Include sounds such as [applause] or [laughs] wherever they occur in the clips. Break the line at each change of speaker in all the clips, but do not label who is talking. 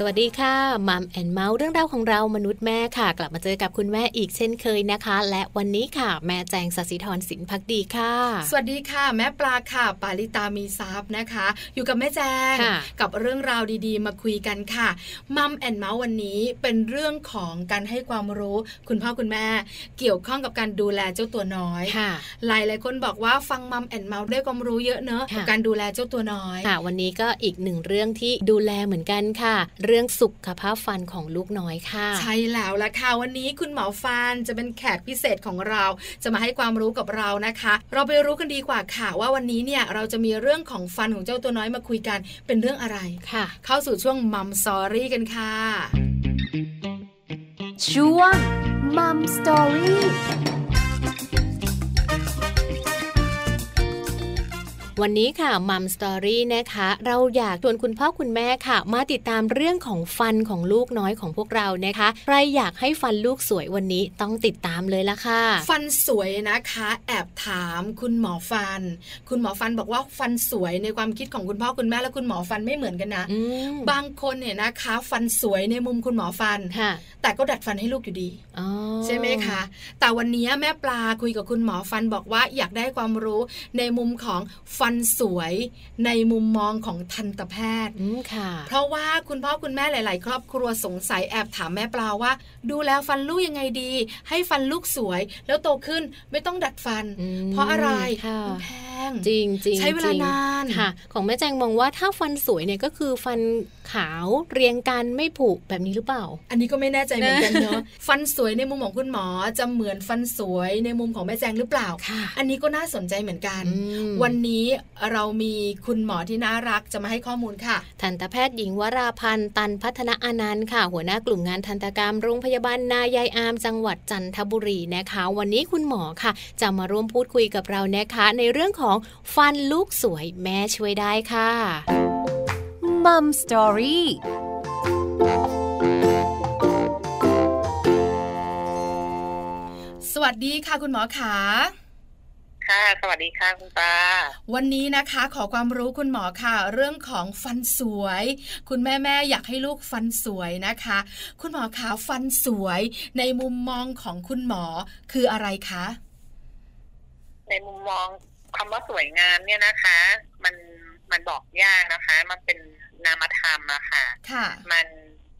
สวัสดีค่ะมัมแอนเมาส์เรื่องราวของเรามนุษย์แม่ค่ะ กลับมาเจอกับคุณแม่อีกเช่นเคยนะคะ และวันนี้ค่ะแม่แจงสศิธรสินพักดีค่ะ
สวัสดีค่ะ แม่ปลาค่ะ ปาลิตามีซับนะคะ อยู่กับแม่แจง
ค่ะ
กับเรื่องราวดีๆ มาคุยกันค่ะมัมแอนเมาส์วันนี้เป็นเรื่องของการให้ความรู้ คุณพ่อคุณแม่ เกี่ยวข้องกับการดูแลเจ้าตัวน้อย
ค่ะ
หลายหลายๆคนบอกว่าฟังมัมแอนเมาส์ได้ความรู้เยอะเนอะ
ค่ะ
กับการดูแลเจ้าตัวน้อย
ค่ะ วันนี้ก็อีกหนึ่งเรื่องที่ดูแลเหมือนกันค่ะ เรื่องสุขภาพฟันของลูกน้อยค่ะ
ใช่แล้วล่ะค่ะวันนี้คุณหมอฟันจะเป็นแขกพิเศษของเรา จะมาให้ความรู้กับเรานะคะ เราไปรู้กันดีกว่าค่ะ ว่าวันนี้เนี่ยเราจะมีเรื่องของฟันของเจ้าตัวน้อยมาคุยกัน เป็นเรื่องอะไร
ค่ะ
เข้าสู่ช่วงมัม s อรี่กันค่ะ
ช่วงมัมสตอรี่
วันนี้ค่ะมัมสตอรี่นะคะ เราอยากชวนคุณพ่อคุณแม่ค่ะ มาติดตามเรื่องของฟันของลูกน้อยของพวกเรานะคะ ใครอยากให้ฟันลูกสวยวันนี้ต้องติดตามเลยละค่ะ
ฟันสวยนะคะ แอบถามคุณหมอฟัน คุณหมอฟันบอกว่าฟันสวยในความคิดของคุณพ่อคุณแม่และคุณหมอฟันไม่เหมือนกันนะ
อืม
บางคนเนี่ยนะคะ ฟันสวยในมุมคุณหมอฟัน
ค่ะ
แต่ก็ดัดฟันให้ลูกอยู่ดี
อ๋อ
ใช่ไหมคะ แต่วันนี้แม่ปลาคุยกับคุณหมอฟันบอกว่าอยากได้ความรู้ในมุมของฟันสวย ในมุมมองของทันตแพทย์
อืมค่ะ
เพราะว่าคุณพ่อคุณแม่หลาย ๆ ครอบครัวสงสัยแอบถามแม่ปลาว่า ดูแลฟันลูกยังไงดี ให้ฟันลูกสวย แล้วโตขึ้นไม่ต้องดัดฟัน
อืม
เพราะอะไร
ค่ะ
มันแพง
จริงจริง
ใช้เวลานาน
ค่ะ ของแม่แจงมองว่าถ้าฟันสวยเนี่ยก็คือฟันขาวเรียงกันไม่ผุแบบนี้หรือเปล่า
อันนี้ก็ไม่แน่ใจเหมือนกันเนาะฟันสวยในมุมของคุณหมอจะเหมือนฟันสวยในมุมของแม่แจงหรือเปล่า
ค่ะ
อันนี้ก็น่าสนใจเหมือนกัน
อืม
วันนี้เรามีคุณหมอที่น่ารักจะมาให้ข้อมูลค่ะ
ทันตแพทย์หญิงวราพันธ์ตันพัฒนาอานันท์ค่ะ หัวหน้ากลุ่มงานทันตกรรมโรงพยาบาลนายายอามจังหวัดจันทบุรีนะคะ วันนี้คุณหมอค่ะ จะมาร่วมพูดคุยกับเรานะคะ ในเรื่องของฟันลูกสวยแม่ช่วยได้ค่ะ
มัมสตอรี่
สวัสดีค่ะคุณหมอขา
ค่ะ สวัสดีค่ะคุณตา
วันนี้นะคะขอความรู้คุณหมอค่ะ เรื่องของฟันสวย คุณแม่แม่ๆอยากให้ลูกฟันสวยนะคะ คุณหมอขาฟันสวยในมุมมองของคุณหมอคืออะไรคะ
ในมุมมองคำว่าสวยงามเนี่ยนะคะ มันมันบอกยากนะคะ มันเป็นนามธรรมอะค่ะ
ค่ะ
มัน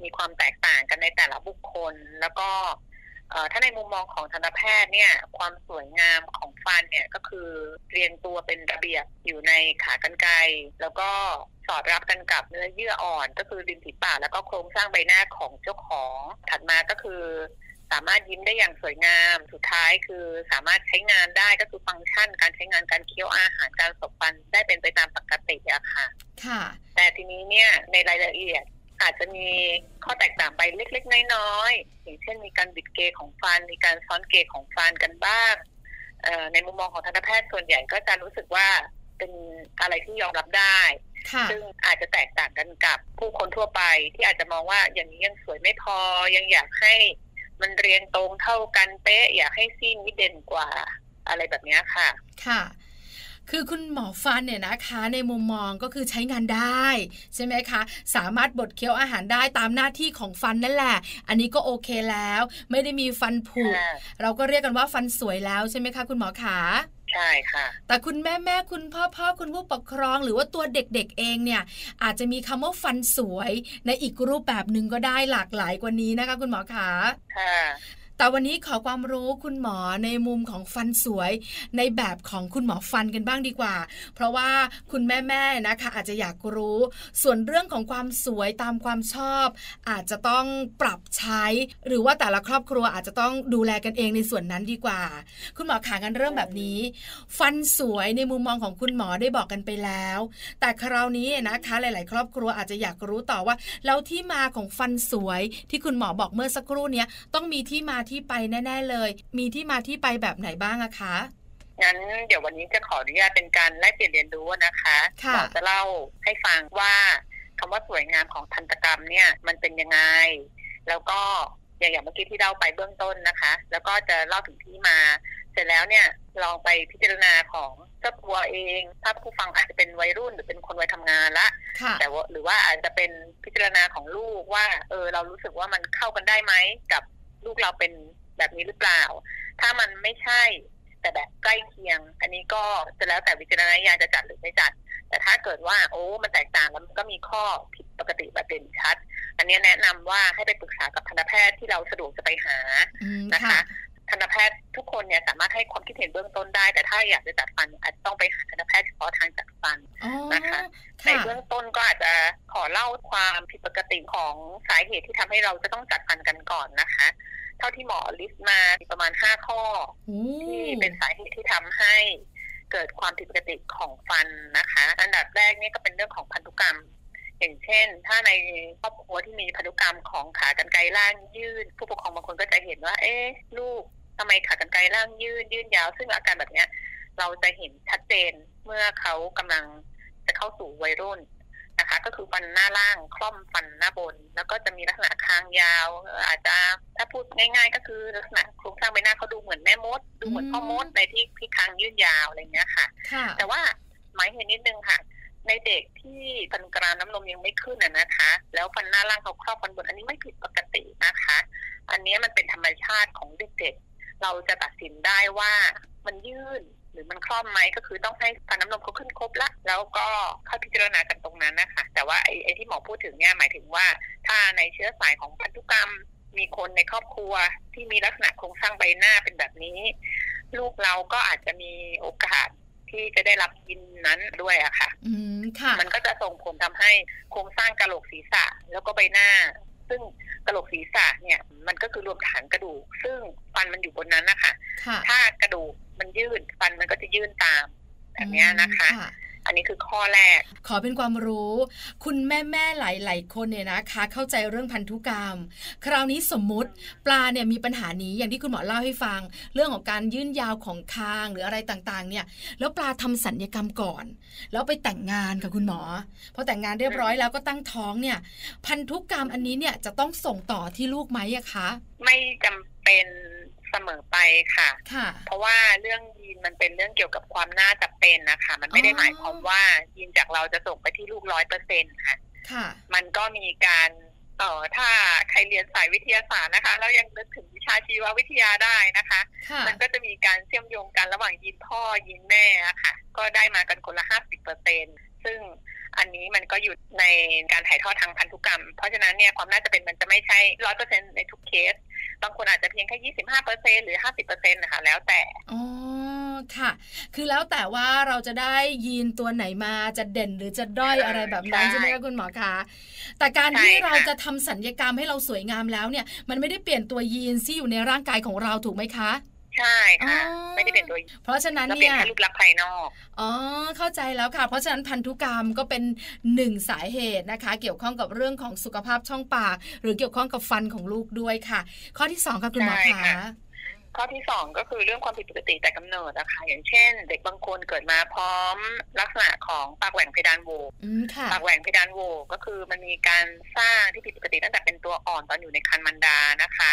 มีความแตกต่างกันในแต่ละบุคคล แล้วก็เอ่อถ้าในมุมมองของทันตแพทย์เนี่ย ความสวยงามของฟันเนี่ยก็คือเรียงตัวเป็นระเบียบอยู่ในขากรรไกรแล้วก็สอดรับกันกับเนื้อเยื่ออ่อน ก็คือริมฝีปากแล้วก็โครงสร้างใบหน้าของเจ้าของ ถัดมาก็คือ สามารถยิ้มได้อย่างสวยงาม สุดท้ายคือสามารถใช้งานได้ก็คือฟังก์ชัน การใช้งานการเคี้ยวอาหารการสบฟันได้เป็นไปตามปกติอะค่ะ
ค่ะ
แต่ทีนี้เนี่ยในรายละเอียดอาจจะมีข้อแตกต่างไปเล็กๆ น้อยๆอย่างเช่นมีการบิดเกยของฟัน มีการซ้อนเกยของฟันกันบ้างเอ่อในมุมมองของทันตแพทย์ส่วนใหญ่ก็จะรู้สึกว่าเป็นอะไรที่ยอมรับได้
ค่ะ
ซึ่งอาจจะแตกต่างกันกับผู้คนทั่วไป ที่อาจจะมองว่าอย่างนี้ยังสวยไม่พอยังอยากให้มันเรียงตรงเท่ากันเป๊ะ อยากให้ซี่นี้เด่นกว่าอะไรแบบเนี้ยค่ะ
ค่ะ คือคุณหมอฟันเนี่ยนะคะ ในมุมมองก็คือใช้งานได้ ใช่ไหมคะ สามารถบดเคี้ยวอาหารได้ตามหน้าที่ของฟันนั่นแหละ อันนี้ก็โอเคแล้ว ไม่ได้มีฟันผุเราก็เรียกกันว่าฟันสวยแล้วใช่ไหมคะคุณหมอขา
ใช่ค่ะ
แต่คุณแม่แม่ๆคุณพ่อพ่อคุณผู้ปกครอง หรือว่าตัวเด็กๆเองเนี่ย อาจจะมีคำว่าฟันสวยในอีกรูปแบบหนึ่งก็ได้หลากหลายกว่านี้นะคะ คุณหมอขา
ค่ะ
แต่วันนี้ขอความรู้คุณหมอในมุมของฟันสวย ในแบบของคุณหมอฟันกันบ้างดีกว่า เพราะว่าคุณแม่ๆนะคะ อาจจะอยากรู้ ส่วนเรื่องของความสวยตามความชอบ อาจจะต้องปรับใช้ หรือว่าแต่ละครอบครัวอาจจะต้องดูแลกันเองในส่วนนั้นดีกว่า คุณหมอขากันเริ่มแบบนี้ ฟันสวยในมุมมองของคุณหมอได้บอกกันไปแล้ว แต่คราวนี้นะคะ หลาย ๆ ครอบครัวอาจจะอยากรู้ต่อว่า แล้วที่มาของฟันสวยที่คุณหมอบอกเมื่อสักครู่เนี้ยต้องมีที่มาที่ไปแน่ ๆ เลย มีที่มาที่ไปแบบไหนบ้างอะคะ
งั้นเดี๋ยววันนี้จะขออนุญาตเป็นการแลกเปลี่ยนเรียนรู้นะคะ
ค่ะ
หมอจะเล่าให้ฟังว่าคำว่าสวยงามของทันตกรรมเนี่ยมันเป็นยังไง แล้วก็อย่างอย่างเมื่อกี้ที่เล่าไปเบื้องต้นนะคะ แล้วก็จะเล่าถึงที่มา เส ร็จแล้วเนี่ยลองไปพิจารณาของเจ้าตัวเอง ถ้าผู้ฟังอาจจะเป็นวัยรุ่นหรือเป็นคนวัยทำงานละ
ค่ะ
แต่ว่าหรือว่าอาจจะเป็นพิจารณาของลูกว่า เออ เรารู้สึกว่ามันเข้ากันได้ไหมกับลูกเราเป็นแบบนี้หรือเปล่า ถ้ามันไม่ใช่ แต่แบบใกล้เคียง อันนี้ก็จะแล้วแต่วิจารณญาณจะจัดหรือไม่จัด แต่ถ้าเกิดว่า โอ้มันแตกต่างแล้วมันก็มีข้อผิดปกติแบบเด่นชัด อันนี้แนะนำว่าให้ไปปรึกษากับทันตแพทย์ที่เราสะดวกจะไปหา
อืม
นะ
ค่ะ
คะ ทันตแพทย์ทุกคนเนี่ยสามารถให้ความคิดเห็นเบื้องต้นได้ แต่ถ้าอยากจะจัดฟันอาจจะต้องไปหาทันตแพทย์เฉพาะทางจัดฟัน
อ๋อ
นะคะ ใน
ค่ะ
เบื้องต้นก็อาจจะขอเล่าความผิดปกติของสาเหตุที่ทำให้เราจะต้องจัดฟันกันก่อนนะคะ เท่าที่หมอลิสต์มามีประมาณ 5 ข้อ
โอ้
ที่เป็นสาเหตุที่ทำให้เกิดความผิดปกติของฟันนะคะ อันดับแรกเนี่ยก็เป็นเรื่องของพันธุกรรม อย่างเช่น ถ้าในครอบครัวที่มีพันธุกรรมของขากรรไกรล่างยืดผู้ปกครองบางคนก็จะเห็นว่า เอ๊ะลูกทำไมขากรรไกรล่างยืดยืดยาว ซึ่งอาการแบบเนี้ย เราจะเห็นชัดเจนเมื่อเขากำลังจะเข้าสู่วัยรุ่นนะคะ ก็คือฟันหน้าล่างคล่อมฟันหน้าบน แล้วก็จะมีลักษณะคางยาว อาจจะถ้าพูดง่าย ๆ ก็คือลักษณะโครงสร้างใบหน้าเขาดูเหมือนแม่มด ดูเหมือนพ่อมดในที่ที่คางยื่นยาวอะไรอย่างเงี้ยค่ะ
ค่ะ
แต่ว่าหมายเหตุนิดนึงค่ะ ในเด็กที่ฟันกรามน้ำนมยังไม่ขึ้นน่ะนะคะ แล้วฟันหน้าล่างเขาครอบฟันบนอันนี้ไม่ผิดปกตินะคะ อันเนี้ยมันเป็นธรรมชาติของเด็กๆ เราจะตัดสินได้ว่ามันยื่นหรือมันคล่อมไหมก็คือต้องให้ฟันน้ำนมเขาขึ้นครบละ แล้วก็ค่อยพิจารณากันตรงนั้นนะคะ แต่ว่าไอ้ไอ้ที่หมอพูดถึงเนี่ยหมายถึงว่า ถ้าในเชื้อสายของพันธุกรรม มีคนในครอบครัวที่มีลักษณะโครงสร้างใบหน้าเป็นแบบนี้ ลูกเราก็อาจจะมีโอกาส ที่จะได้รับยินนั้นด้วยอะค่ะ
อืม ค่ะ
มันก็จะส่งผลทำให้โครงสร้างกะโหลกศีรษะแล้วก็ใบหน้า ซึ่งกะโหลกศีรษะเนี่ยมันก็คือรวมฐานกระดูก ซึ่งฟันมันอยู่บนนั้นนะคะ
ค่ะ
ถ้ากระดูกมันยืดฟันมันก็จะยื่นตามแบบเนี้ยนะคะ
อืม
อันนี้คือข้อแรก
ขอเป็นความรู้ คุณแม่แม่ๆหลายๆคนเนี่ยนะคะ เข้าใจเรื่องพันธุกรรม คราวนี้สมมุติปลาเนี่ยมีปัญหานี้อย่างที่คุณหมอเล่าให้ฟัง เรื่องของการยื่นยาวของคางหรืออะไรต่างๆ เนี่ย แล้วปลาทำสัญญกรรมก่อน แล้วไปแต่งงานกับคุณหมอพอแต่งงานเรียบร้อยแล้วก็ตั้งท้องเนี่ย พันธุกรรมอันนี้เนี่ยจะต้องส่งต่อที่ลูกไหมอะคะ
ไม่จำเป็นเสมอไปค่ะ
ค่ะ
เพราะว่าเรื่องยีนมันเป็นเรื่องเกี่ยวกับความน่าจะเป็นนะคะ มันไม่ได้หมายความว่ายีนจากเราจะส่งไปที่ลูกร้อยเปอร์เซ็นต์ค่ะ
ค่ะ
มันก็มีการเอ่อถ้าใครเรียนสายวิทยาศาสตร์นะคะ แล้วยังนึกถึงวิชาชีววิทยาได้นะคะ
ค่ะ
มันก็จะมีการเชื่อมโยงกันระหว่างยีนพ่อยีนแม่อะค่ะ ก็ได้มากันคนละห้าสิบเปอร์เซ็นซึ่งอันนี้มันก็อยู่ในการถ่ายทอดทางพันธุกรรม เพราะฉะนั้นเนี่ยความน่าจะเป็นมันจะไม่ใช่ร้อยเปอร์เซ็นในทุกเคส บางคนอาจจะเพียงแค่ยี่สิบห้าเปอร์เซ็นหรือห้าสิบเปอร์เซ็นนะคะแล้วแต่
อ๋อค่ะ คือแล้วแต่ว่าเราจะได้ยีนตัวไหนมาจะเด่นหรือจะด้อย
ใช่
อะไรแบบนั้น
ใช่
ใช่ไหมคะคุณหมอคะแต่การที่
ใช่ค่ะ
เราจะทำสัญญกรรมให้เราสวยงามแล้วเนี่ย มันไม่ได้เปลี่ยนตัวยีนที่อยู่ในร่างกายของเราถูกไหมคะ
ใช่ค่ะ
อ๋อ
ไม่ได้เป็นตัวยีน
เพราะฉะนั้น
แล้วเปลี่
เนี่ยย
นแค่รูปลักษณ์ภายนอก
อ๋อเข้าใจแล้วค่ะ เพราะฉะนั้นพันธุกรรมก็เป็นหนึ่งสาเหตุนะคะ เกี่ยวข้องกับเรื่องของสุขภาพช่องปาก หรือเกี่ยวข้องกับฟันของลูกด้วยค่ะ ข้อที่สองค่ะคุณหมอ
ใช่
คะ
ค่ะ ข้อที่สองก็คือเรื่องความผิดปกติแต่กำเนิดนะคะอย่างเช่น เด็กบางคนเกิดมาพร้อมลักษณะของปากแหว่งเพดานโหว
อืมค่ะ
ปากแหว่งเพดานโหวก็คือมันมีการสร้างที่ผิดปกติตั้งแต่เป็นตัวอ่อนตอนอยู่ในครรภ์มารดานะคะ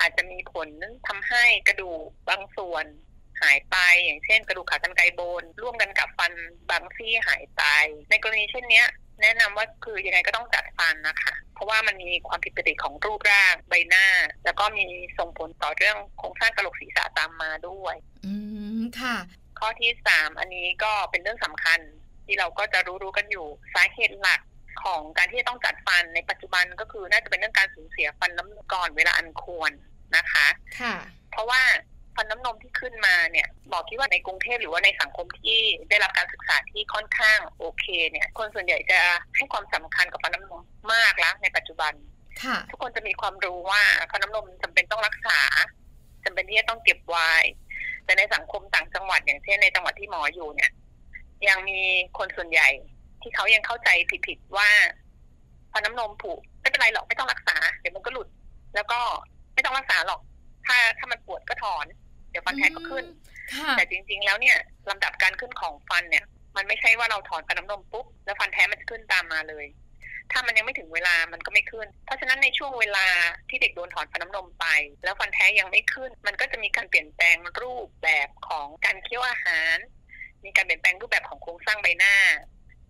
อาจจะมีผลทำให้กระดูกบางส่วนหายไป อย่างเช่น กระดูกขากรรไกรโบน ร่วมกันกับฟันบางซี่หายไป ในกรณีเช่นเนี้ย แนะนำว่าคือยังไงก็ต้องจัดฟันนะคะ เพราะว่ามันมีความผิดปกติของรูปร่างใบหน้า แล้วก็มีส่งผลต่อเรื่องโครงสร้างกระโหลกศีรษะตามมาด้วย
อืมค่ะ
ข้อที่สามอันนี้ก็เป็นเรื่องสำคัญ ที่เราก็จะรู้รู้ๆกันอยู่สาเหตุหลักของการที่จะต้องจัดฟันในปัจจุบันก็คือน่าจะเป็นเรื่องการสูญเสียฟันน้ำก่อนเวลาอันควรนะคะ
ค่ะ
เพราะว่าฟันน้ำนมที่ขึ้นมาเนี่ยบอกคิดว่าในกรุงเทพหรือว่าในสังคมที่ได้รับการศึกษาที่ค่อนข้างโอเคเนี่ย คนส่วนใหญ่จะให้ความสำคัญกับฟันน้ำนมมากแล้วในปัจจุบัน
ค่ะ
ทุกคนจะมีความรู้ว่าฟันน้ำนมจำเป็นต้องรักษาจำเป็นที่จะต้องเก็บไว้ แต่ในสังคมต่างจังหวัดอย่างเช่นในจังหวัดที่หมออยู่เนี่ย ยังมีคนส่วนใหญ่ ที่เขายังเข้าใจผิดๆว่าฟันน้ำนมผุไม่เป็นไรหรอกไม่ต้องรักษา เดี๋ยวมันก็หลุด แล้วก็ไม่ต้องรักษาหรอก ถ้าถ้ามันปวดก็ถอน เดี๋ยวฟันแท้ก็ขึ้น
ค่ะ
แต่จริงๆ แล้วเนี่ยลำดับการขึ้นของฟันเนี่ย มันไม่ใช่ว่าเราถอนฟันน้ำนมปุ๊บแล้วฟันแท้มันจะขึ้นตามมาเลย ถ้ามันยังไม่ถึงเวลามันก็ไม่ขึ้น เพราะฉะนั้นในช่วงเวลาที่เด็กโดนถอนฟันน้ำนมไป แล้วฟันแท้ยังไม่ขึ้น มันก็จะมีการเปลี่ยนแปลงรูปแบบของการเคี้ยวอาหาร มีการเปลี่ยนแปลงรูปแบบของโครงสร้างใบหน้า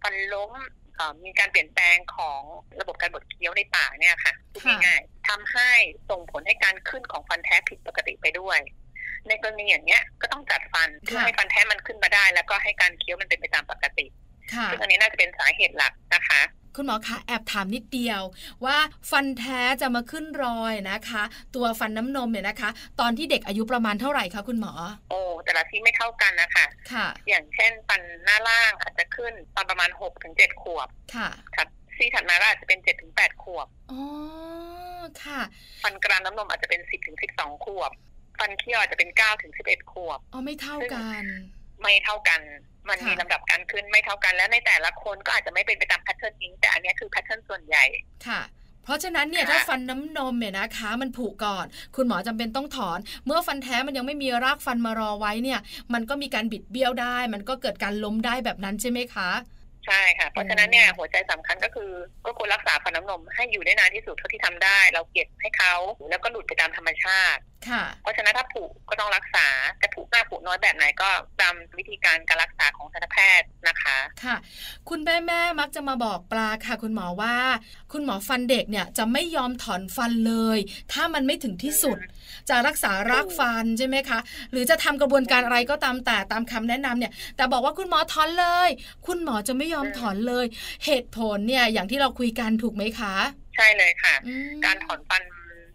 ฟันล้มเอ่อมีการเปลี่ยนแปลงของระบบการบดเคี้ยวในปากเนี่ยค่ะพูด
ค่ะ
ง่ายๆทำให้ส่งผลให้การขึ้นของฟันแท้ผิดปกติไปด้วย ในกรณีอย่างเนี้ยก็ต้องจัดฟันเพื่อให้ฟันแท้มันขึ้นมาได้ แล้วก็ให้การเคี้ยวมันเป็นไปตามปกติ
ค่ะ
ซึ่งอันนี้น่าจะเป็นสาเหตุหลักนะคะ
คุณหมอคะแอบถามนิดเดียว ว่าฟันแท้จะมาขึ้นรอยนะคะ ตัวฟันน้ำนมเนี่ยนะคะ ตอนที่เด็กอายุประมาณเท่าไหร่คะคุณหมอ
โอ้แต่ละที่ไม่เท่ากันนะคะ
ค่ะ
อย่างเช่นฟันหน้าล่างอาจจะขึ้นตอนประมาณ6ถึง7ขวบ
ค่ะ
ครับซี่ถัดมาก็อาจจะเป็น7ถึง8ขวบ
อ๋อค่ะ
ฟันกรานน้ำนมอาจจะเป็น 10ถึง12ขวบ ฟันเคี้ยวอาจจะเป็น9ถึง11ขวบ
อ๋อไม่เท่ากัน
ไม่เท่ากัน มันมี
ค่ะ
ลำดับการขึ้นไม่เท่ากัน และในแต่ละคนก็อาจจะไม่เป็นไปตามแพทเทิร์นนี้แต่อันเนี้ยคือแพทเทิร์นส่วนใหญ่
ค่ะ เพราะฉะนั้นเนี่ย
ค่ะ
ถ้าฟันน้ำนมเนี่ยนะคะ มันผุก่อน คุณหมอจำเป็นต้องถอน เมื่อฟันแท้มันยังไม่มีรากฟันมารอไว้เนี่ย มันก็มีการบิดเบี้ยวได้ มันก็เกิดการล้มได้แบบนั้นใช่ไหมคะ
ใช่ค่ะ เพราะฉะนั้นเนี่ยหัวใจสำคัญก็คือก็ควรรักษาฟันน้ำนมให้อยู่ได้นานที่สุดเท่าที่ทำได้ เราเก็บให้เขาแล้วก็หลุดไปตามธรรมชาติ
ค่ะ
เพราะฉะนั้นถ้าผุก็ต้องรักษาจะผุมากผุน้อยแบบไหนก็ตามวิธีการการรักษาของทันตแพทย์นะคะ
ค่ะ คุณแม่แม่มักจะมาบอกปลาค่ะ คุณหมอว่า คุณหมอฟันเด็กเนี่ยจะไม่ยอมถอนฟันเลย ถ้ามันไม่ถึงที่สุด จะรักษารากฟันใช่ไหมคะ หรือจะทำกระบวนการอะไรก็ตามแต่ตามคำแนะนำเนี่ย แต่บอกว่าคุณหมอถอนเลย คุณหมอจะไม่ยอมถอนเลย เหตุผลเนี่ยอย่างที่เราคุยกันถูกไหมคะ
ใช่เลยค่ะ
อืม
การถอนฟัน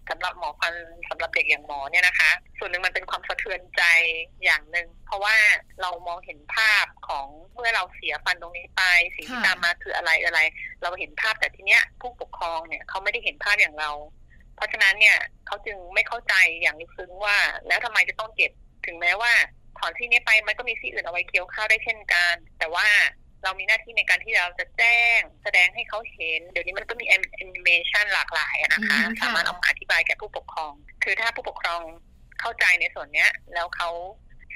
สำหรับหมอฟันสำหรับเด็กอย่างหมอเนี่ยนะคะ ส่วนหนึ่งมันเป็นความสะเทือนใจอย่างหนึ่งเพราะว่าเรามองเห็นภาพของเมื่อเราเสียฟันตรงนี้ไปสิ่งที่ตามมาคืออะไรอะไร เราเห็นภาพแต่ทีเนี้ยผู้ปกครองเนี่ยเขาไม่ได้เห็นภาพอย่างเรา เพราะฉะนั้นเนี่ยเขาจึงไม่เข้าใจอย่างลึกซึ้งว่า แล้วทำไมจะต้องเก็บถึงแม้ว่า ถอนที่นี้ไปมันก็มีที่อื่นเอาไว้เคี้ยวข้าวได้เช่นกัน แต่ว่าเรามีหน้าที่ในการที่เราจะแจ้ง แสดงให้เขาเห็น เดี๋ยวนี้มันก็มีแอนิเมชันหลากหลายอะนะคะ
อืมค่ะ
สามารถเอามาอธิบายแก่ผู้ปกครอง คือถ้าผู้ปกครองเข้าใจในส่วนเนี้ย แล้วเขา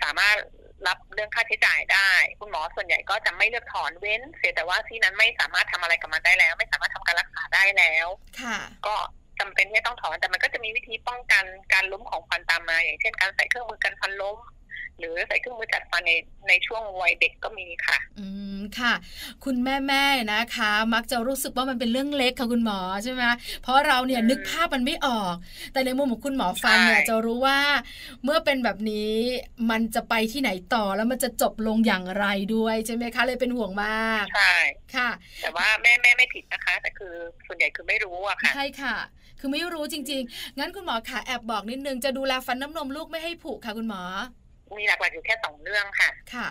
สามารถรับเรื่องค่าใช้จ่ายได้ คุณหมอส่วนใหญ่ก็จะไม่เลือกถอนเว้น เสียแต่ว่าที่นั้นไม่สามารถทำอะไรกับมันได้แล้ว ไม่สามารถทำการรักษาได้แล้ว
ค่ะ
ก็จำเป็นที่จะต้องถอนแต่มันก็จะมีวิธีป้องกันการล้มของฟันตามมา อย่างเช่นการใส่เครื่องมือกันฟันล้ม หรือใส่เครื่องมือจัดฟันในในช่วงวัยเด็กก็มีค่ะ
อืมค่ะ คุณแม่แม่ๆนะคะ มักจะรู้สึกว่ามันเป็นเรื่องเล็กค่ะคุณหมอใช่ไหมเพราะเราเนี่ย
อืม
นึกภาพมันไม่ออก แต่ในมุมของคุณหมอฟันเนี่ย
ใช่
จะรู้ว่า เมื่อเป็นแบบนี้มันจะไปที่ไหนต่อแล้วมันจะจบลงอย่างไรด้วยใช่ไหมคะ เลยเป็นห่วงมาก
ใช่
ค่ะ
แต่ว่าแม่แม่ไม่ผิดนะคะ แต่คือส่วนใหญ่คือไม่รู้อะค่ะ
ใช่ค่ะ คือไม่รู้จริง ๆ งั้นคุณหมอคะแอบบอกนิดนึงจะดูแลฟันน้ำนมลูกไม่ให้ผุค่ะคุณหมอ
มีหลักๆอยู่แค่สองเรื่องค่ะ
ค่ะ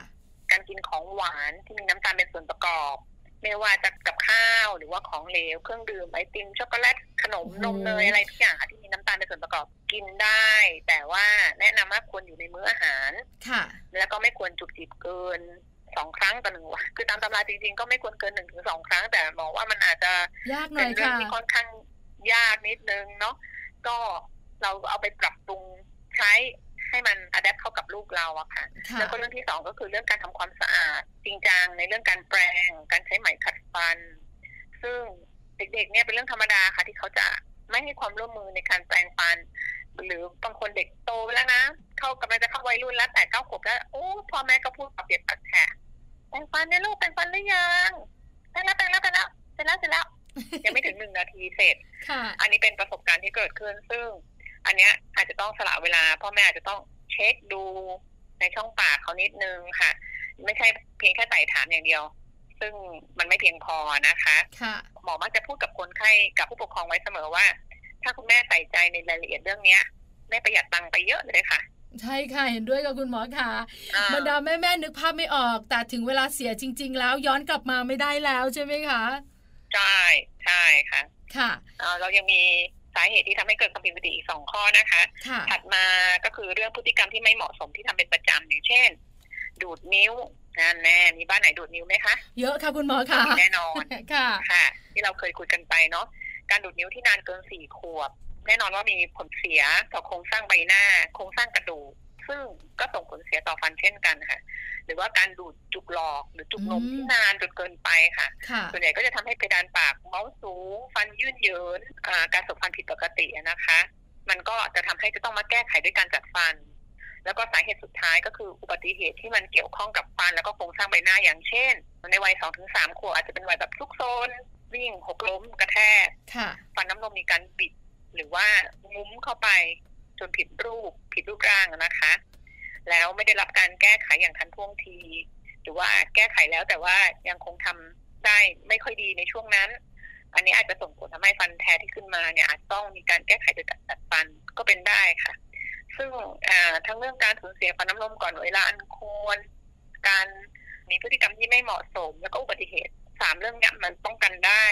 การกินของหวานที่มีน้ำตาลเป็นส่วนประกอบ ไม่ว่าจะกับข้าวหรือว่าของเหลวเครื่องดื่มไอติมช็อกโกแลตขนม
โอ้
นม
โห
เนยอะไรทุกอย่างอะที่มีน้ำตาลเป็นส่วนประกอบกินได้ แต่ว่าแนะนำว่าควรอยู่ในมื้ออาหาร
ค่ะ
แล้วก็ไม่ควรจุบจิบเกินสองครั้งต่อหนึ่งวัน คือตามตำราจริงๆ ก็ไม่ควรเกินหนึ่งถึงสองครั้ง แต่หมอว่ามันอาจจะ
ยากห
เป็
น่อน ย
เรื่อง
ค่ะ
ที่ค่อนข้างยากนิดนึงเนาะ ก็เราเอาไปปรับปรุงใช้ให้มันอัดแอปเข้ากับลูกเราอะค่ะ
ค่ะ
แล้วก็เรื่องที่สองก็คือเรื่องการทำความสะอาด จริงจังในเรื่องการแปรงการใช้ไหมขัดฟัน ซึ่งเด็กๆ เนี่ยเป็นเรื่องธรรมดาค่ะที่เขาจะไม่ให้ความร่วมมือในการแปรงฟัน หรือบางคนเด็กโตแล้วนะ เข้ากำลังจะเข้าวัยรุ่นแล้วแต่เก้าขวบแล้วโอ้พ่อแม่ก็พูดปรับเปลี่ยนปรับแฉะแปรงฟันเนี่ยลูกแปรงฟันหรือยังแปรงแล้วแปรงแล้วแปรงแล้วเสร็จแล้วเสร็จแล้วยังไม่ถึงหนึ่งนาทีเสร็จ
ค่ะ
อันนี้เป็นประสบการณ์ที่เกิดขึ้น ซึ่ง อันเนี้ยอาจจะต้องสละเวลาพ่อแม่อาจจะต้องเช็คดูในช่องปากเขานิดนึงค่ะ ไม่ใช่เพียงแค่ไต่ถามอย่างเดียว ซึ่งมันไม่เพียงพอนะคะ
ค่ะ
หมอมักจะพูดกับคนไข้กับผู้ปกครองไว้เสมอว่า ถ้าคุณแม่ใส่ใจในรายละเอียดเรื่องเนี้ยแม่ประหยัดตังค์ไปเยอะเลยค่ะ
ใช่ค่ะเห็นด้วยกับคุณหมอค่ะ
อ่า
บรรดาแม่แม่ๆนึกภาพไม่ออก แต่ถึงเวลาเสียจริง ๆ แล้วย้อนกลับมาไม่ได้แล้วใช่ไหมคะ
ใช่ใช่ค่ะ
ค่ะ
อ่าเรายังมีสาเหตุที่ทำให้เกิดความผิดปกติอีกสองข้อนะคะ
ค่ะ
ถัดมาก็คือเรื่องพฤติกรรมที่ไม่เหมาะสมที่ทำเป็นประจำอย่างเช่น ดูดนิ้วนั่นแน่มีบ้านไหนดูดนิ้วไหมคะ
เยอะค่ะคุณหมอค่ะ
มีแน่นอน
ค่ะ
ค่ะ ที่เราเคยคุยกันไปเนาะการดูดนิ้วที่นานเกินสี่ขวบ แน่นอนว่ามีผลเสียต่อโครงสร้างใบหน้า โครงสร้างกระดูกซึ่งก็ส่งผลเสียต่อฟันเช่นกันค่ะ หรือว่าการดูดจุกหลอกหรือจุกนม
อืม
ที่นานจนเกินไปค่ะ
ค่ะ
ส่วนใหญ่ก็จะทำให้เพดานปากเมาส์สูง ฟันยืดเยินอ่าการสบฟันผิดปกติอะนะคะ มันก็จะทำให้จะต้องมาแก้ไขด้วยการจัดฟัน แล้วก็สาเหตุสุดท้ายก็คืออุบัติเหตุที่มันเกี่ยวข้องกับฟันแล้วก็โครงสร้างใบหน้าอย่างเช่น ในวัย 2-3 ขวบอาจจะเป็นวัยแบบซุกซนวิ่งหกล้มกระแทก
ค่ะ
ฟันน้ำนมมีการบิดหรือว่างุ้มเข้าไปจนผิดรูปผิดรูปร่างอะนะคะ แล้วไม่ได้รับการแก้ไขอย่างทันท่วงที หรือว่าแก้ไขแล้วแต่ว่ายังคงทำได้ไม่ค่อยดีในช่วงนั้น อันนี้อาจจะส่งผลทำให้ฟันแท้ที่ขึ้นมาเนี่ยอาจต้องมีการแก้ไขโดยการตัดฟันก็เป็นได้ค่ะ ซึ่งอ่าทั้งเรื่องการสูญเสียฟันน้ำนมก่อนเวลาอันควร การมีพฤติกรรมที่ไม่เหมาะสม แล้วก็อุบัติเหตุสามเรื่องเนี้ยมันป้องกันได้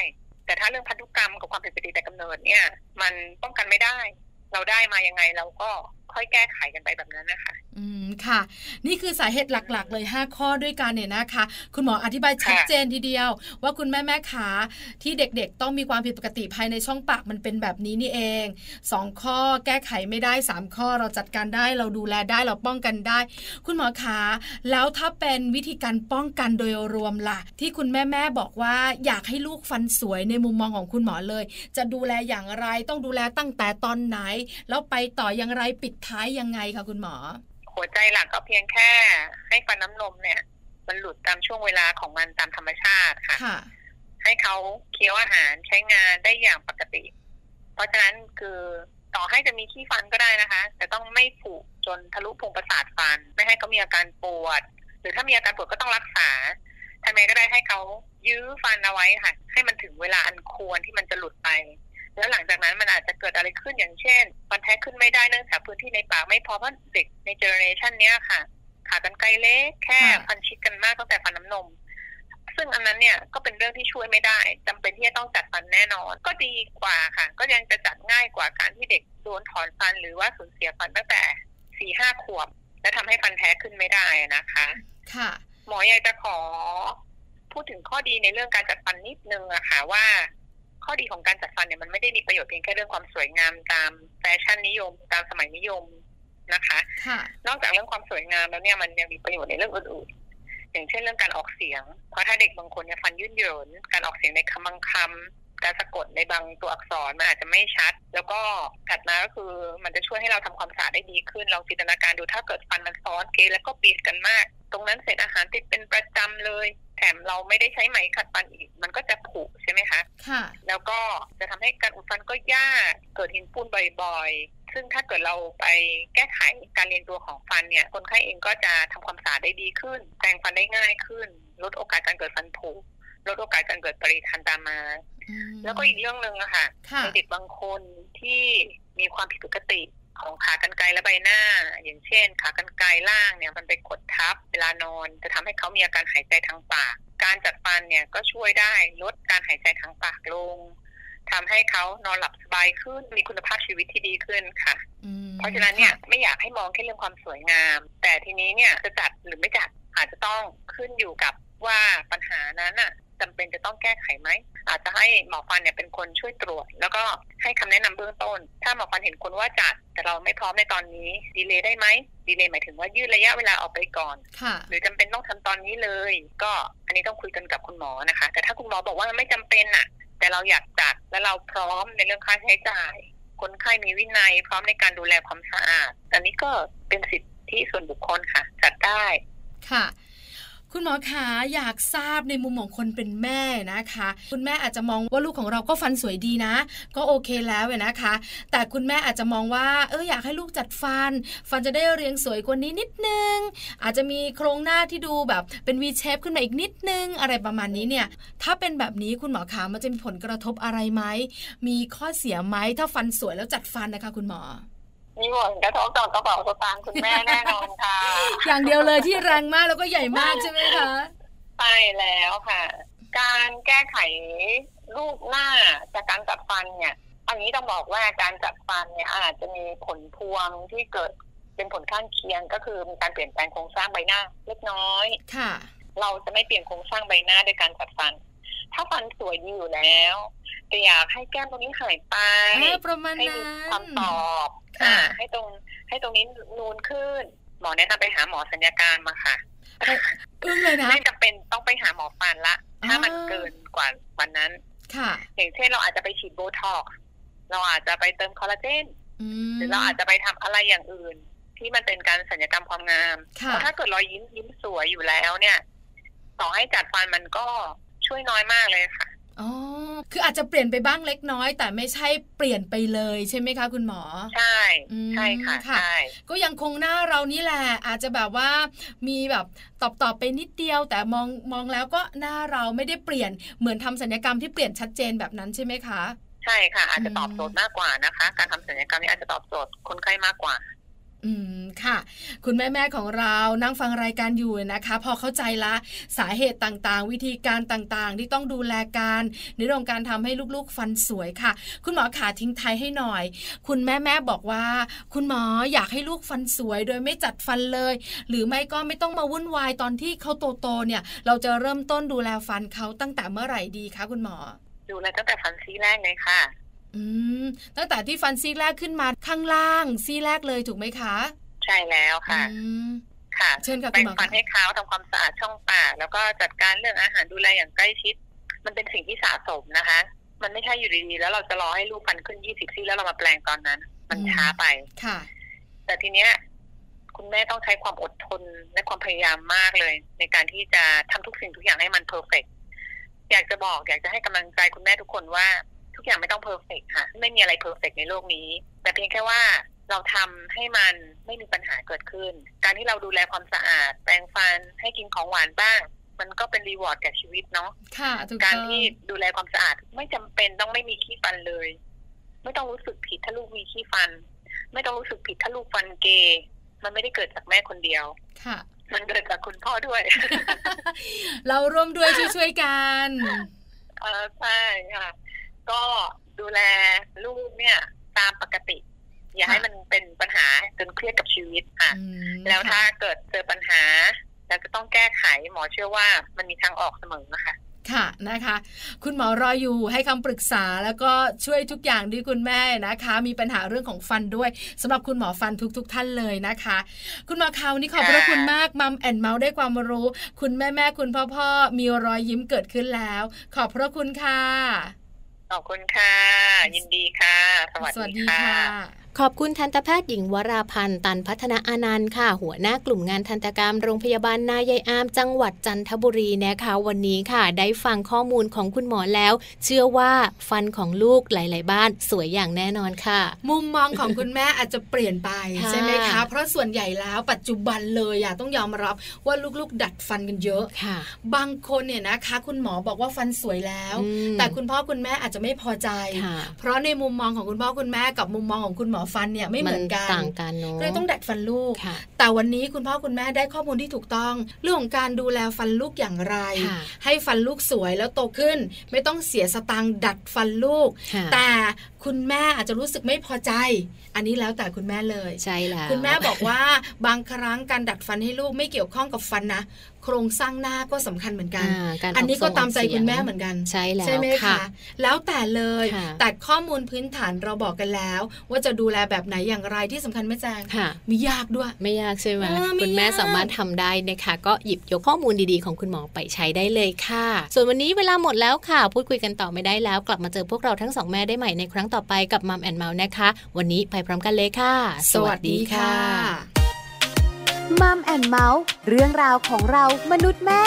แต่ถ้าเรื่องพันธุกรรมกับความผิดปกติแต่กำเนิดเนี่ย มันป้องกันไม่ได้ เราได้มายังไงเราก็ค่อยแก้ไขกันไปแบบนั้นนะคะ
อืมค่ะ นี่คือสาเหตุหลักๆ เลย 5 ข้อด้วยกันเนี่ยนะคะ คุณหมออธิบายชัด
ค่ะ
เจนทีเดียว ว่าคุณแม่แม่ขาที่เด็กๆ ต้องมีความผิดปกติภายในช่องปากมันเป็นแบบนี้นี่เอง 2 ข้อแก้ไขไม่ได้ 3 ข้อเราจัดการได้เราดูแลได้เราป้องกันได้ คุณหมอขาแล้วถ้าเป็นวิธีการป้องกันโดยรวมล่ะ ที่คุณแม่แม่ๆบอกว่าอยากให้ลูกฟันสวยในมุมมองของคุณหมอเลย จะดูแลอย่างไรต้องดูแลตั้งแต่ตอนไหน แล้วไปต่ออย่างไรปิดท้ายยังไงคะคุณหมอ
หัวใจหลักก็เพียงแค่ให้ฟันน้ำนมเนี่ย มันหลุดตามช่วงเวลาของมันตามธรรมชาติค่ะ
ค่ะ
ให้เขาเคี้ยวอาหารใช้งานได้อย่างปกติ เพราะฉะนั้นคือต่อให้จะมีขี้ฟันก็ได้นะคะ แต่ต้องไม่ผุจนทะลุโพรงประสาทฟัน ไม่ให้เขามีอาการปวด หรือถ้ามีอาการปวดก็ต้องรักษาทำไงก็ได้ให้เขายื้อฟันเอาไว้ค่ะ ให้มันถึงเวลาอันควรที่มันจะหลุดไป แล้วหลังจากนั้นมันอาจจะเกิดอะไรขึ้นอย่างเช่นฟันแท้ขึ้นไม่ได้เนื่องจากพื้นที่ในปากไม่พอเพราะเด็กในเจเนอเรชันเนี้ยค่ะ ขากรรไกรเล็กแค่
ค่ะ
ฟันชิดกันมากตั้งแต่ฟันน้ำนม ซึ่งอันนั้นเนี่ยก็เป็นเรื่องที่ช่วยไม่ได้จำเป็นที่จะต้องจัดฟันแน่นอน ก็ดีกว่าค่ะ ก็ยังจะจัดง่ายกว่าการที่เด็กโดนถอนฟันหรือว่าสูญเสียฟันตั้งแต่สี่ห้าขวบ และทำให้ฟันแท้ขึ้นไม่ได้นะคะ
ค่ะ
หมออยากจะขอ พูดถึงข้อดีในเรื่องการจัดฟันนิดนึงอะค่ะว่า ข้อดีของการจัดฟันเนี่ยมันไม่ได้มีประโยชน์เพียงแค่เรื่องความสวยงามตามแฟชั่นนิยม ตามสมัยนิยมนะคะ
ค่ะ
นอกจากเรื่องความสวยงามแล้วเนี่ยมันยังมีประโยชน์ในเรื่องอื่นๆ อย่างเช่นเรื่องการออกเสียง เพราะถ้าเด็กบางคนเนี่ยฟันยื่นเหยินการออกเสียงในคำบางคำการสะกดในบางตัวอักษรมันอาจจะไม่ชัด แล้วก็ถัดมาก็คือมันจะช่วยให้เราทำความสะอาดได้ดีขึ้นลองจินตนาการดูถ้าเกิดฟันมันซ้อนเกแล้วก็เบียดกันมาก ตรงนั้นเศษอาหารติดเป็นประจำเลย แถมเราไม่ได้ใช้ไหมขัดฟันอีก มันก็จะผุใช่ไหมคะ
ค่ะ
แล้วก็จะทำให้การอุดฟันก็ยาก เกิดหินปูนบ่อยๆ ซึ่งถ้าเกิดเราไปแก้ไขการเรียนตัวของฟันเนี่ย คนไข้เองก็จะทำความสะอาดได้ดีขึ้น แปรงฟันได้ง่ายขึ้น ลดโอกาสการเกิดฟันผุ ลดโอกาสการเกิดปริทันตามมา
อืม
แล้วก็อีกเรื่องหนึ่งอะค่ะ
ค่ะ
ในเด็กบางคนที่มีความผิดปกติของขากรรไกรและใบหน้า อย่างเช่น ขากรรไกรล่างเนี่ยมันไปกดทับเวลานอน จะทำให้เขามีอาการหายใจทางปาก การจัดฟันเนี่ยก็ช่วยได้ลดการหายใจทางปากลงทำให้เขานอนหลับสบายขึ้นมีคุณภาพชีวิตที่ดีขึ้นค่ะ
อืม
เพราะฉะนั้นเนี่ยไม่อยากให้มองแค่เรื่องความสวยงาม แต่ทีนี้เนี่ยจะจัดหรือไม่จัดอาจจะต้องขึ้นอยู่กับว่าปัญหานั้นน่ะจำเป็นจะต้องแก้ไขไหม อาจจะให้หมอฟันเนี่ยเป็นคนช่วยตรวจ แล้วก็ให้คำแนะนำเบื้องต้น ถ้าหมอฟันเห็นคนว่าจัด แต่เราไม่พร้อมในตอนนี้ดีเลย์ได้ไหมดีเลย์หมายถึงว่ายืดระยะเวลาออกไปก่อน
ค่ะ
หรือจำเป็นต้องทำตอนนี้เลย ก็อันนี้ต้องคุยกันกับคุณหมอนะคะ แต่ถ้าคุณหมอบอกว่าไม่จำเป็นอะแต่เราอยากจัดและเราพร้อมในเรื่องค่าใช้จ่าย คนไข้มีวินัย พร้อมในการดูแลความสะอาด อันนี้ก็เป็นสิทธิส่วนบุคคลค่ะ จัดได้
ค่ะ คุณหมอขาอยากทราบในมุมของคนเป็นแม่นะคะ คุณแม่อาจจะมองว่าลูกของเราก็ฟันสวยดีนะ ก็โอเคแล้วเว้ยนะคะ แต่คุณแม่อาจจะมองว่า เอออยากให้ลูกจัดฟัน ฟันจะได้เรียงสวยกว่านี้นิดนึง อาจจะมีโครงหน้าที่ดูแบบเป็นวีเชฟขึ้นมาอีกนิดนึง อะไรประมาณนี้เนี่ย ถ้าเป็นแบบนี้คุณหมอขามันจะมีผลกระทบอะไรไหมมีข้อเสียไหมถ้าฟันสวยแล้วจัดฟันนะคะ คุณหมอ
มีหมดกระทบต่อกระเป๋าสตางค์คุณแม่แน่นอนค่ะ
อย่างเดียวเลยที่แรงมากแล้วก็ใหญ่มากใช่ไหมคะ
ใช่แล้วค่ะ การแก้ไขรูปหน้าจากการจัดฟันเนี่ยอันนี้ต้องบอกว่าการจัดฟันเนี่ยอาจจะมีผลพวงที่เกิดเป็นผลข้างเคียงก็คือมีการเปลี่ยนแปลงโครงสร้างใบหน้า เล็กน้อย
ค่ะ
เราจะไม่เปลี่ยนโครงสร้างใบหน้าโดยการจัดฟัน ถ้าฟันสวยดีอยู่แล้ว แต่อยากให้แก้มตรงนี้หายไป
อ่าประมาณ
ให้
นั้
มี
น
ความตอบ
ค่ะ
อ่าให้ตรงให้ตรงนี้นูนขึ้น หมอแนะนำไปหาหมอสัญญกรรมมาค่ะ
เลยนะ
ไม่จำเป็นต้องไปหาหมอฟันละ ถ้ามัน
อ่า
เกินกว่าวันนั้น
ค่ะ
อย่างเช่นเราอาจจะไปฉีดโบท็อกซ์เราอาจจะไปเติมคอลลาเจน
อืม
หรือเราอาจจะไปทำอะไรอย่างอื่น ที่มันเป็นการสัญญกรรมความงาม
ค่ะ
ถ้าเกิดรอยยิ้มยิ้มสวยอยู่แล้วเนี่ย ต่อให้จัดฟันมันก็ช่วยน้อยมากเลยค่ะ
อ๋อ คืออาจจะเปลี่ยนไปบ้างเล็กน้อย แต่ไม่ใช่เปลี่ยนไปเลยใช่ไหมคะคุณหมอ
ใช่
อืม
ใช่ค่ะ
ค่ะ
ใช่
ก็ยังคงหน้าเรานี่แหละ อาจจะแบบว่ามีแบบตอบตอบๆไปนิดเดียว แต่มองมองแล้วก็หน้าเราไม่ได้เปลี่ยนเหมือนทำสัญญกรรมที่เปลี่ยนชัดเจนแบบนั้นใช่ไหมคะ
ใช่ค่ะ อาจจะ
อืม
ตอบโจทย์มากกว่านะคะ การทำศัลยกรรมนี่อาจจะตอบโจทย์คนไข้มากกว่า
อืมค่ะ คุณแม่แม่ๆของเรานั่งฟังรายการอยู่นะคะ พอเข้าใจละสาเหตุต่างๆ วิธีการต่างๆ ที่ต้องดูแลการในเรื่องของการทำให้ลูกๆ ฟันสวยค่ะ คุณหมอขาทิ้งท้ายให้หน่อย คุณแม่แม่ๆบอกว่า คุณหมออยากให้ลูกฟันสวย โดยไม่จัดฟันเลย หรือไม่ก็ไม่ต้องมาวุ่นวายตอนที่เขาโตๆเนี่ย เราจะเริ่มต้นดูแลฟันเขาตั้งแต่เมื่อไหร่ดีคะคุณหมอ
ดูแลตั้งแต่ฟันซี่แรกเลยค่ะ
อืมตั้งแต่ที่ฟันซี่แรกขึ้นมาข้างล่างซี่แรกเลยถูกไหมคะ
ใช่แล้วค่ะ
อืม
ค่ะ
เชิญค่ะคุ
แบ่ง
ณหมอ
ฟัน
ค่ะ
ให้เขาทำความสะอาดช่องปากแล้วก็จัดการเรื่องอาหารดูแลอย่างใกล้ชิด มันเป็นสิ่งที่สะสมนะคะ มันไม่ใช่อยู่ดีๆแล้วเราจะรอให้ลูกฟันขึ้นยี่สิบซี่แล้วเรามาแปลงตอนนั้น มัน
อืม
ช้าไป
ค่ะ
แต่ทีเนี้ยคุณแม่ต้องใช้ความอดทนและความพยายามมากเลย ในการที่จะทำทุกสิ่งทุกอย่างให้มันเพอร์เฟกอยากจะบอกอยากจะให้กำลังใจคุณแม่ทุกคนว่าทุกอย่างไม่ต้องเพอร์เฟกค่ะ ไม่มีอะไรเพอร์เฟกในโลกนี้ แต่เพียงแค่ว่าเราทำให้มันไม่มีปัญหาเกิดขึ้น การที่เราดูแลความสะอาด แปรงฟันให้กินของหวานบ้าง มันก็เป็นรีวอร์ดแก่ชีวิตเนาะ
ค่ะถูก
การ
ต้อง
ที่ดูแลความสะอาดไม่จำเป็นต้องไม่มีขี้ฟันเลย ไม่ต้องรู้สึกผิดถ้าลูกมีขี้ฟัน ไม่ต้องรู้สึกผิดถ้าลูกฟันเกยมันไม่ได้เกิดจากแม่คนเดียว
ค่ะ
มันเกิดจากคุณพ่อด้วย [laughs]
เราร่วมด้วยช่วยๆกัน
เออใช่ค่ะ ก็ดูแลลูกเนี่ย ตามปกติ อย่าให้มันเป็นปัญหาจนเครียดกับชีวิตค่ะ
อืม
แล้วถ้า
ค่ะ
เกิดเจอปัญหาแล้วจะต้องแก้ไขหมอเชื่อว่ามันมีทางออกเสมอนะคะ
ค่ะนะคะ คุณหมอรออยู่ให้คำปรึกษาแล้วก็ช่วยทุกอย่างที่คุณแม่นะคะ มีปัญหาเรื่องของฟันด้วยสำหรับคุณหมอฟันทุกๆทท่านเลยนะคะ คุณหมอคราวนี้ขอบพระ
ค่ะ
คุณมากมัมแอนเมาส์ได้ความรู้ คุณแม่แม่ๆคุณพ่อพ่อๆมีรอยยิ้มเกิดขึ้นแล้ว ขอบพระคุณค่ะ
ขอบคุณค่ะ ยินดีค่ะ สวัส
สวัส
ดี
ดี
ค่ะ
ค่ะ
ขอบคุณทันตแพทย์หญิงวราพันธ์ตันพัฒนาอานันต์ค่ะ หัวหน้ากลุ่มงานทันตกรรมโรงพยาบาลนายายอามจังหวัดจันทบุรีนะคะ วันนี้ค่ะ ได้ฟังข้อมูลของคุณหมอแล้ว เชื่อว่าฟันของลูกหลาย ๆ บ้านสวยอย่างแน่นอนค่ะ
มุมมองของคุณแม่อาจจะเปลี่ยนไป
ค่ะ
ใช่ไหมคะ เพราะส่วนใหญ่แล้วปัจจุบันเลยอะต้องยอมรับว่าลูกๆ ดัดฟันกันเยอะ
ค่ะ
บางคนเนี่ยนะคะ คุณหมอบอกว่าฟันสวยแล้ว
อืม
แต่คุณพ่อคุณแม่อาจจะไม่พอใจ
ค่ะ
เพราะในมุมมองของคุณพ่อคุณแม่กับมุมมองของคุณหมอฟันเนี่ยไม่เหมือนกัน
ต่างกันเนาะ
เลยต้องดัดฟันลูก
ค่ะ
แต่วันนี้คุณพ่อคุณแม่ได้ข้อมูลที่ถูกต้อง เรื่องของการดูแลฟันลูกอย่างไร
ค่ะ
ให้ฟันลูกสวยแล้วโตขึ้น ไม่ต้องเสียสตางค์ดัดฟันลูก
ค่ะ
แต่คุณแม่อาจจะรู้สึกไม่พอใจ อันนี้แล้วแต่คุณแม่เลย
ใช่แล้ว
คุณแม่บอกว่า บางครั้งการดัดฟันให้ลูกไม่เกี่ยวข้องกับฟันนะ โครงสร้างหน้าก็สำคัญเหมือนกัน
อ่าการ
อันนี้ก็ตามใจ
ออสียง
คุณแม่เหมือนกัน
ใช่แล้ว
ไหม
ค่ะ
คะ แล้วแต่เลย
ค่ะ
แต่ข้อมูลพื้นฐานเราบอกกันแล้ว ว่าจะดูแลแบบไหนอย่างไรที่สำคัญไม่แจง
ค่ะ
มียากด้วย
ไม่ยากใช่ไหม
เออไม่
คุณแม่
ยาก
สามารถทำได้นะคะ ก็หยิบยกข้อมูลดีๆของคุณหมอไปใช้ได้เลยค่ะ ส่วนวันนี้เวลาหมดแล้วค่ะ พูดคุยกันต่อไม่ได้แล้ว กลับมาเจอพวกเราทั้งสองแม่ได้ใหม่ในครั้งต่อไปกับมัมแอนเมาส์นะคะ วันนี้ไปพร้อมกันเลยค่ะ
มัมแอนเมาส์เรื่องราวของเรามนุษย์แม่